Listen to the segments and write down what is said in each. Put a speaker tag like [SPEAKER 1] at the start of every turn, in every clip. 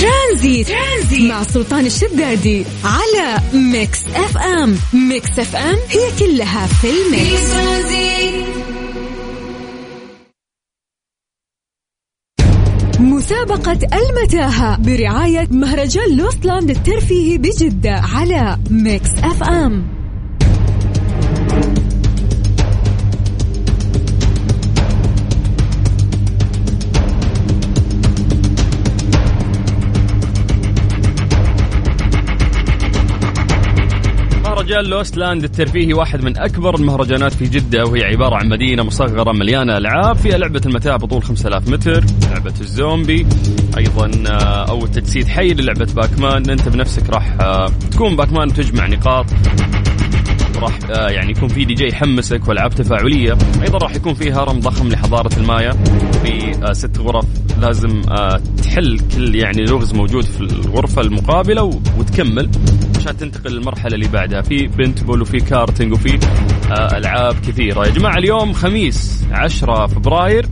[SPEAKER 1] ترانزيت, ترانزيت مع سلطان الشدادي على ميكس اف ام ميكس اف ام هي كلها في الميكس مسابقة المتاهة برعاية مهرجان لوسلاند الترفيهي بجدة على ميكس اف ام
[SPEAKER 2] مهرجان لوستلاند الترفيهي واحد من اكبر المهرجانات في جده وهي عباره عن مدينه مصغره مليانه العاب فيها لعبه المتاع بطول 5000 متر، لعبه الزومبي، ايضا آه، او تجسيد حي للعبه باكمان، انت بنفسك راح آه، تكون باكمان وتجمع نقاط راح آه، يعني يكون في دي جي يحمسك والعاب تفاعليه، ايضا راح يكون في هرم ضخم لحضاره المايا في آه، ست غرف لازم آه، تحل كل يعني لغز موجود في الغرفه المقابله و- وتكمل عشان تنتقل للمرحله اللي بعدها، في بنتبول وفي كارتنج وفي آه، العاب كثيره، يا جماعه اليوم خميس 10 فبراير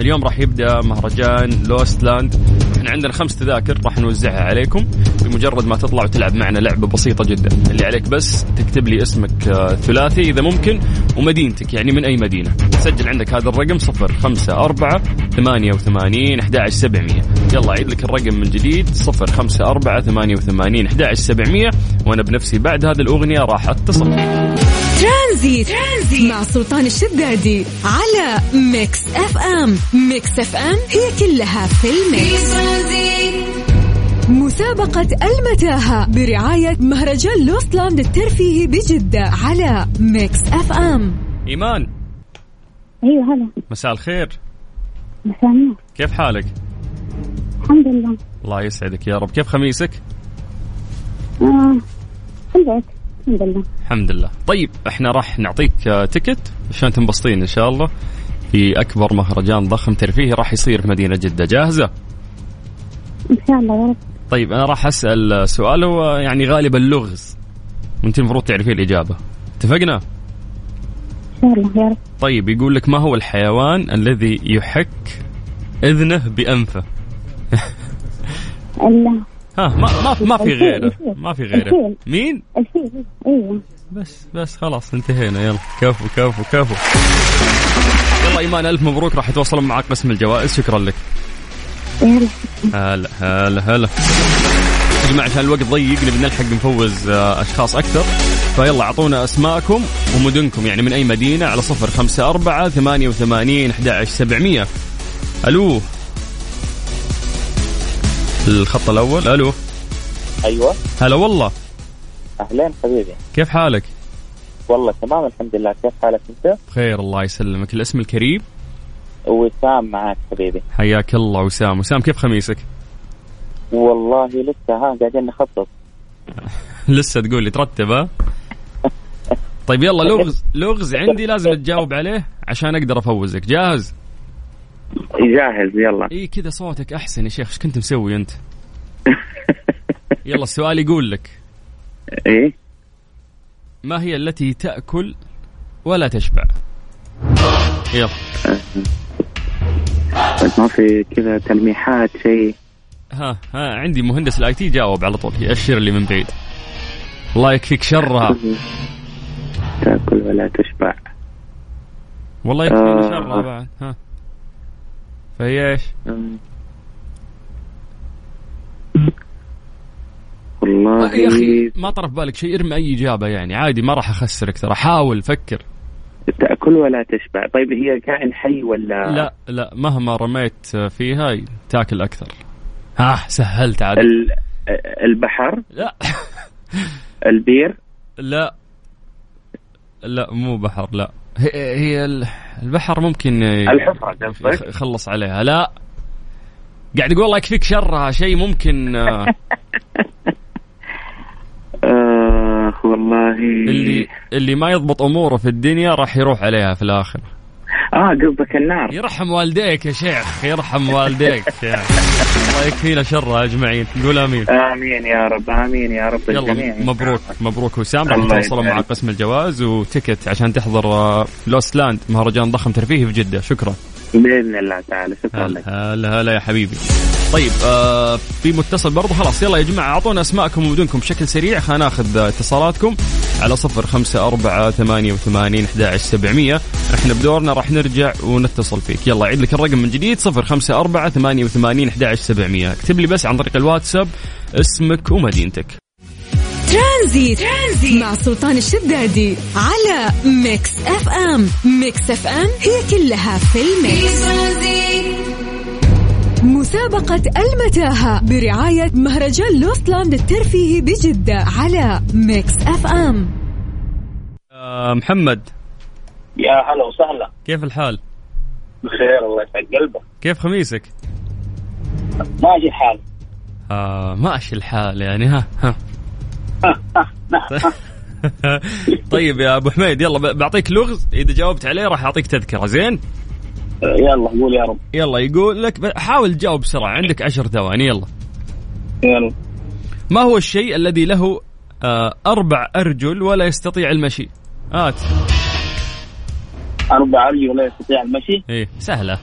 [SPEAKER 2] اليوم راح يبدا مهرجان لوستلاند احنا عندنا خمس تذاكر راح نوزعها عليكم بمجرد ما تطلع وتلعب معنا لعبه بسيطه جدا اللي عليك بس تكتب لي اسمك آه، ثلاثي اذا ممكن ومدينتك يعني من اي مدينه سجل عندك هذا الرقم 0 5 4 88 11 700 يلا اعيد لك الرقم من جديد 0 5 4 88 11 700 وانا بنفسي بعد هذه الاغنيه راح اتصل
[SPEAKER 1] ترانزيت, ترانزيت مع سلطان الشدادي على ميكس اف ام ميكس اف ام هي كلها في الميكس مسابقة المتاهة برعاية مهرجان لوسلاند الترفيهي بجدة على ميكس اف ام
[SPEAKER 2] ايمان
[SPEAKER 3] ايوه هلا
[SPEAKER 2] مساء الخير
[SPEAKER 3] مساء النور
[SPEAKER 2] كيف حالك
[SPEAKER 3] الحمد لله
[SPEAKER 2] الله يسعدك يا رب كيف خميسك
[SPEAKER 3] آه. البيت الحمد لله
[SPEAKER 2] الحمد لله طيب احنا راح نعطيك آه، تيكت عشان تنبسطين ان شاء الله في اكبر مهرجان ضخم ترفيهي راح يصير في مدينه جده جاهزه
[SPEAKER 3] ان شاء الله يا رب
[SPEAKER 2] طيب انا راح اسال آه، سؤال هو يعني غالبا لغز وانت المفروض تعرفين الاجابه اتفقنا
[SPEAKER 3] ان شاء الله يا رب
[SPEAKER 2] طيب يقول لك ما هو الحيوان الذي يحك اذنه بانفه
[SPEAKER 3] ال-
[SPEAKER 2] ها ما ما, ما في غيره ما في غيره مين
[SPEAKER 3] الفيل ايوه
[SPEAKER 2] بس بس خلاص انتهينا يلا كفو كفو كفو يلا ايمان الف مبروك راح يتواصلون معك قسم الجوائز شكرا لك
[SPEAKER 3] يا رب
[SPEAKER 2] هلا هلا هلا يا جماعه عشان الوقت ضيق نبي نلحق نفوز آه، اشخاص اكثر فيلا اعطونا اسماءكم ومدنكم يعني من اي مدينه على صفر خمسة أربعة ثمانية وثمانين أحد عشر سبعمية ألو الخط الأول ألو
[SPEAKER 4] ايوه
[SPEAKER 2] هلا والله
[SPEAKER 4] اهلين حبيبي
[SPEAKER 2] كيف حالك؟
[SPEAKER 4] والله تمام الحمد لله كيف حالك انت؟
[SPEAKER 2] بخير الله يسلمك الاسم الكريم
[SPEAKER 4] وسام معك حبيبي
[SPEAKER 2] حياك الله وسام وسام كيف خميسك؟
[SPEAKER 4] والله لسه ها قاعدين نخطط
[SPEAKER 2] لسه تقول لي ترتب ها؟ طيب يلا لغز لغز عندي لازم تجاوب عليه عشان اقدر افوزك جاهز
[SPEAKER 4] جاهز يلا
[SPEAKER 2] اي كذا صوتك احسن يا شيخ ايش كنت مسوي انت يلا السؤال يقول لك
[SPEAKER 4] ايه
[SPEAKER 2] ما هي التي تاكل ولا تشبع يلا
[SPEAKER 4] بس ما في كذا تلميحات شيء
[SPEAKER 2] ها ها عندي مهندس الاي تي جاوب على طول يأشر لي من بعيد الله يكفيك شرها
[SPEAKER 4] تاكل ولا تشبع
[SPEAKER 2] والله يكفيك
[SPEAKER 4] آه.
[SPEAKER 2] شرها بعد ها فهي ايش؟
[SPEAKER 4] أم. والله
[SPEAKER 2] يا اخي ما طرف بالك شيء ارمي اي اجابه يعني عادي ما راح اخسرك ترى حاول فكر
[SPEAKER 4] تاكل ولا تشبع طيب هي كائن حي ولا
[SPEAKER 2] لا لا مهما رميت فيها تاكل اكثر ها سهلت عاد
[SPEAKER 4] ال... البحر
[SPEAKER 2] لا
[SPEAKER 4] البير
[SPEAKER 2] لا لا مو بحر لا هي, هي ال- البحر ممكن ي-
[SPEAKER 4] الحفرة قصدك؟
[SPEAKER 2] يخلص عليها لا قاعد يقول الله يكفيك شرها شيء ممكن آه،
[SPEAKER 4] آه والله
[SPEAKER 2] اللي اللي ما يضبط اموره في الدنيا راح يروح عليها في الاخر
[SPEAKER 4] اه قصدك النار
[SPEAKER 2] يرحم والديك يا شيخ يرحم والديك يعني. الله يكفينا شرها اجمعين نقول امين
[SPEAKER 4] امين يا رب امين يا رب
[SPEAKER 2] يلا
[SPEAKER 4] الجميع
[SPEAKER 2] مبروك مبروك وسام راح
[SPEAKER 4] الله
[SPEAKER 2] يتواصلوا
[SPEAKER 4] يسعدك.
[SPEAKER 2] مع قسم الجواز وتكت عشان تحضر آه، لوست لاند مهرجان ضخم ترفيهي في جده شكرا
[SPEAKER 4] باذن الله تعالى شكرا لك
[SPEAKER 2] هلا هلا هلا يا حبيبي طيب آه في متصل برضه خلاص يلا يا جماعة أعطونا أسماءكم ومدنكم بشكل سريع خلينا ناخذ اتصالاتكم على صفر خمسة أربعة ثمانية وثمانين أحد سبعمية إحنا بدورنا راح نرجع ونتصل فيك يلا أعيد لك الرقم من جديد صفر خمسة أربعة ثمانية وثمانين أحد سبعمية اكتب لي بس عن طريق الواتساب اسمك ومدينتك
[SPEAKER 1] ترانزيت مع سلطان الشدادي على ميكس اف ام ميكس اف ام هي كلها في الميكس مسابقة المتاهة برعاية مهرجان لوستلاند الترفيهي بجدة على ميكس اف ام
[SPEAKER 2] آه محمد
[SPEAKER 5] يا هلا وسهلا
[SPEAKER 2] كيف الحال؟
[SPEAKER 5] بخير الله يسعد قلبك
[SPEAKER 2] كيف خميسك؟
[SPEAKER 5] ماشي الحال
[SPEAKER 2] آه ماشي الحال يعني ها ها طيب يا ابو حميد يلا ب- بعطيك لغز اذا جاوبت عليه راح اعطيك تذكره زين
[SPEAKER 5] أه، يلا قول يا رب
[SPEAKER 2] يلا يقول لك ب- حاول تجاوب بسرعه عندك عشر ثواني يلا
[SPEAKER 5] يلا
[SPEAKER 2] ما هو الشيء الذي له آه اربع ارجل ولا يستطيع المشي هات
[SPEAKER 5] اربع ارجل ولا يستطيع المشي
[SPEAKER 2] ايه سهله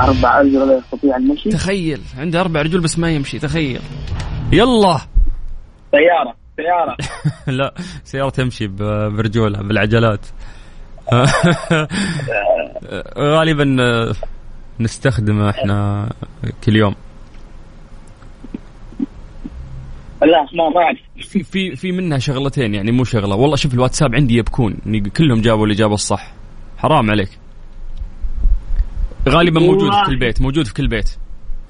[SPEAKER 5] اربع ارجل ولا يستطيع المشي
[SPEAKER 2] تخيل عنده اربع رجل بس ما يمشي تخيل يلا
[SPEAKER 5] سياره سياره
[SPEAKER 2] لا سيارة تمشي ب- برجولها بالعجلات غالبا نستخدمه احنا كل يوم
[SPEAKER 5] لا ما ما اعرف
[SPEAKER 2] في في في منها شغلتين يعني مو شغله والله شوف الواتساب عندي يبكون إن كلهم جابوا الاجابه الصح حرام عليك غالبا موجود في كل بيت موجود في كل بيت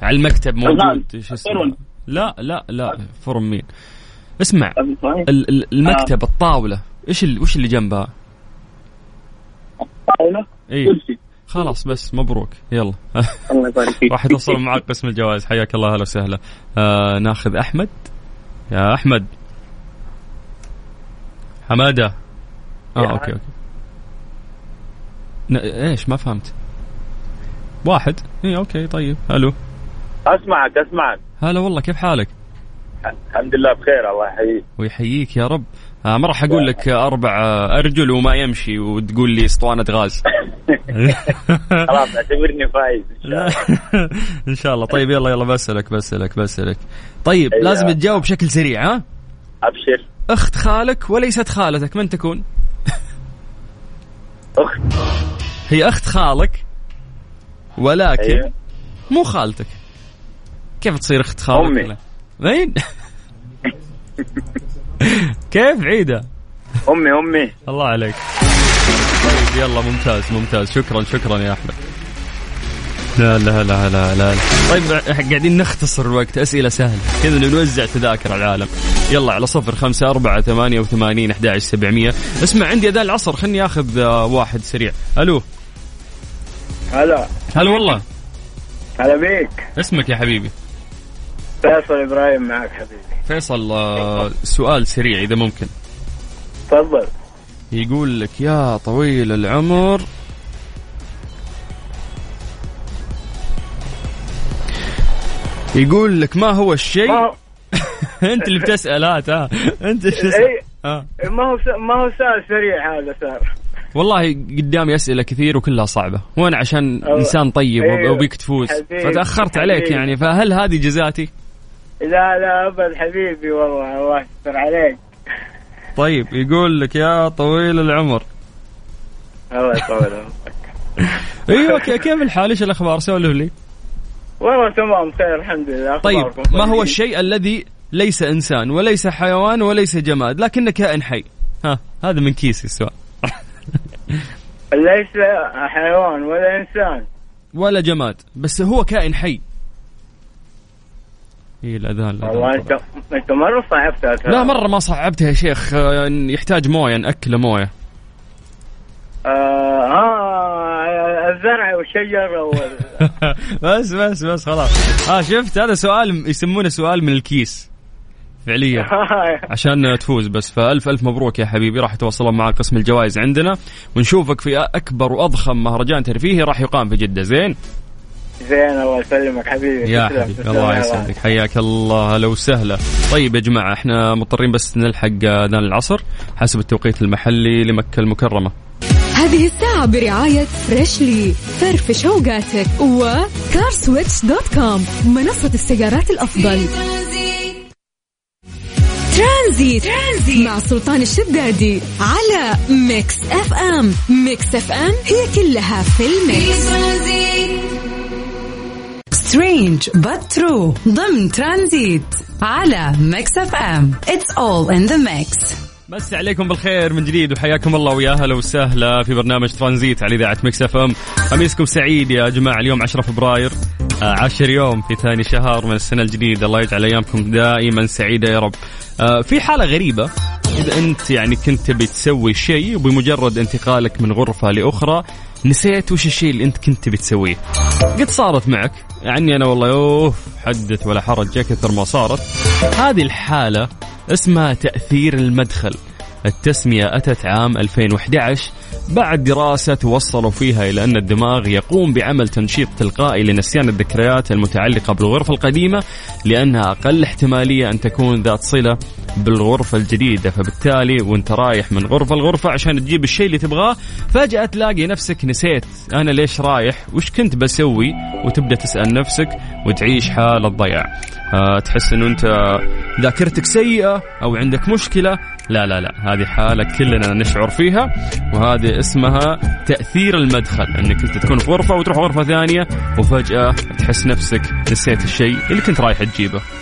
[SPEAKER 2] على المكتب موجود شو اسمه
[SPEAKER 5] فرن.
[SPEAKER 2] لا لا لا فرن مين اسمع
[SPEAKER 5] صحيح.
[SPEAKER 2] ال- ال- المكتب الطاوله ايش ال- وش اللي جنبها
[SPEAKER 5] طاوله
[SPEAKER 2] ايه
[SPEAKER 5] كرسي
[SPEAKER 2] خلاص بس مبروك يلا
[SPEAKER 5] الله يبارك فيك
[SPEAKER 2] راح يتواصلوا معك قسم الجوائز حياك الله اهلا وسهلا آه ناخذ احمد يا احمد حماده اه
[SPEAKER 5] يا
[SPEAKER 2] اوكي اوكي ن- ايش ما فهمت واحد اي اوكي طيب الو
[SPEAKER 5] اسمعك اسمعك
[SPEAKER 2] هلا والله كيف حالك
[SPEAKER 5] الحمد لله بخير الله يحييك
[SPEAKER 2] ويحييك يا رب آه ما راح اقول لك اربع آه، ارجل وما يمشي وتقول لي اسطوانه غاز
[SPEAKER 5] خلاص اعتبرني فايز إن شاء
[SPEAKER 2] لا
[SPEAKER 5] الله.
[SPEAKER 2] ان شاء الله طيب يلا يلا بسالك بسالك بسالك طيب
[SPEAKER 5] أيوة.
[SPEAKER 2] لازم تجاوب بشكل سريع ها
[SPEAKER 5] ابشر
[SPEAKER 2] اخت خالك وليست خالتك من تكون
[SPEAKER 5] اخت
[SPEAKER 2] هي اخت خالك ولكن
[SPEAKER 5] أيوة.
[SPEAKER 2] مو خالتك كيف تصير اخت خالك
[SPEAKER 5] أمي.
[SPEAKER 2] ولا- مين كيف عيده
[SPEAKER 5] امي امي
[SPEAKER 2] الله عليك طيب يلا ممتاز ممتاز شكرا شكرا يا احمد لا لا لا لا لا طيب قاعدين نختصر الوقت أسئلة سهلة كذا نوزع تذاكر على العالم يلا على صفر خمسة أربعة ثمانية وثمانين أحد عشر سبعمية اسمع عندي أذان العصر خلني أخذ آه، واحد سريع ألو
[SPEAKER 5] هلا
[SPEAKER 2] هلا والله
[SPEAKER 5] هلا بيك
[SPEAKER 2] اسمك يا حبيبي
[SPEAKER 5] فيصل ابراهيم معك حبيبي
[SPEAKER 2] فيصل آه، سؤال سريع إذا ممكن
[SPEAKER 5] تفضل
[SPEAKER 2] يقول لك يا طويل العمر يقول لك ما هو الشيء
[SPEAKER 6] ما
[SPEAKER 2] انت اللي بتسال هات ها انت ايش تسال
[SPEAKER 6] إي.
[SPEAKER 2] آه.
[SPEAKER 6] ما هو س- ما هو سؤال سريع هذا صار
[SPEAKER 2] والله قدامي اسئله كثير وكلها صعبه وانا عشان
[SPEAKER 6] أو-
[SPEAKER 2] انسان طيب وب-
[SPEAKER 6] أيوه.
[SPEAKER 2] وبيك تفوز
[SPEAKER 6] حبيبي.
[SPEAKER 2] فتاخرت عليك
[SPEAKER 6] حبيبي.
[SPEAKER 2] يعني فهل هذه جزاتي
[SPEAKER 6] لا لا ابد حبيبي والله الله يستر عليك
[SPEAKER 2] طيب يقول لك يا طويل العمر
[SPEAKER 6] الله يطول عمرك.
[SPEAKER 2] ايوه ك- كيف الحال ايش الاخبار سولف لي
[SPEAKER 6] والله تمام خير الحمد لله
[SPEAKER 2] طيب
[SPEAKER 6] أخباركم
[SPEAKER 2] ما هو
[SPEAKER 6] طيبين؟
[SPEAKER 2] الشيء الذي ليس انسان وليس حيوان وليس جماد لكنه كائن حي ها هذا من كيسي السؤال
[SPEAKER 6] ليس حيوان ولا انسان
[SPEAKER 2] ولا جماد بس هو كائن حي ايه الاذان الأذان
[SPEAKER 6] والله
[SPEAKER 2] طبعاً.
[SPEAKER 6] انت انت مره صعبتها ترى.
[SPEAKER 2] لا مره ما صعبتها يا شيخ آه، يحتاج مويه ناكله مويه
[SPEAKER 6] آه ها الزرع والشجر وال-
[SPEAKER 2] بس بس بس خلاص اه شفت هذا سؤال يسمونه سؤال من الكيس فعليا عشان تفوز بس فالف الف مبروك يا حبيبي راح يتواصلون معك قسم الجوائز عندنا ونشوفك في اكبر واضخم مهرجان ترفيهي راح يقام في جده زين
[SPEAKER 6] زين الله يسلمك حبيبي
[SPEAKER 2] يا
[SPEAKER 6] تسلم،
[SPEAKER 2] حبيبي
[SPEAKER 6] تسلم
[SPEAKER 2] الله
[SPEAKER 6] يا
[SPEAKER 2] يسعدك حياك الله هلا وسهلا طيب يا جماعه احنا مضطرين بس نلحق اذان العصر حسب التوقيت المحلي لمكه المكرمه
[SPEAKER 1] هذه الساعة برعاية فريشلي فرفش اوقاتك وكارسويتش دوت كوم منصة السيارات الأفضل ترانزيت مع سلطان الشدادي على ميكس اف ام ميكس اف ام هي كلها في الميكس
[SPEAKER 7] سترينج باترو ضمن ترانزيت على ميكس اف ام اتس اول ان ذا ميكس
[SPEAKER 2] بس عليكم بالخير من جديد وحياكم الله ويا هلا وسهلا في برنامج ترانزيت على اذاعه مكس اف ام خميسكم سعيد يا جماعه اليوم 10 فبراير آه، عشر يوم في ثاني شهر من السنه الجديده الله يجعل ايامكم دائما سعيده يا رب آه، في حاله غريبه اذا انت يعني كنت تبي تسوي شيء وبمجرد انتقالك من غرفه لاخرى نسيت وش الشيء اللي انت كنت تبي تسويه قد صارت معك عني انا والله اوف حدث ولا حرج يا كثر ما صارت هذه الحاله اسمها تاثير المدخل التسمية أتت عام 2011 بعد دراسة توصلوا فيها إلى أن الدماغ يقوم بعمل تنشيط تلقائي لنسيان الذكريات المتعلقة بالغرفة القديمة لأنها أقل احتمالية أن تكون ذات صلة بالغرفة الجديدة فبالتالي وانت رايح من غرفة لغرفة عشان تجيب الشيء اللي تبغاه فجأة تلاقي نفسك نسيت أنا ليش رايح وش كنت بسوي وتبدأ تسأل نفسك وتعيش حالة ضياع آه، تحس انه انت ذاكرتك سيئه او عندك مشكله لا لا لا هذه حاله كلنا نشعر فيها وهذه اسمها تاثير المدخل انك انت تكون في غرفه وتروح غرفه ثانيه وفجاه تحس نفسك نسيت الشيء اللي كنت رايح تجيبه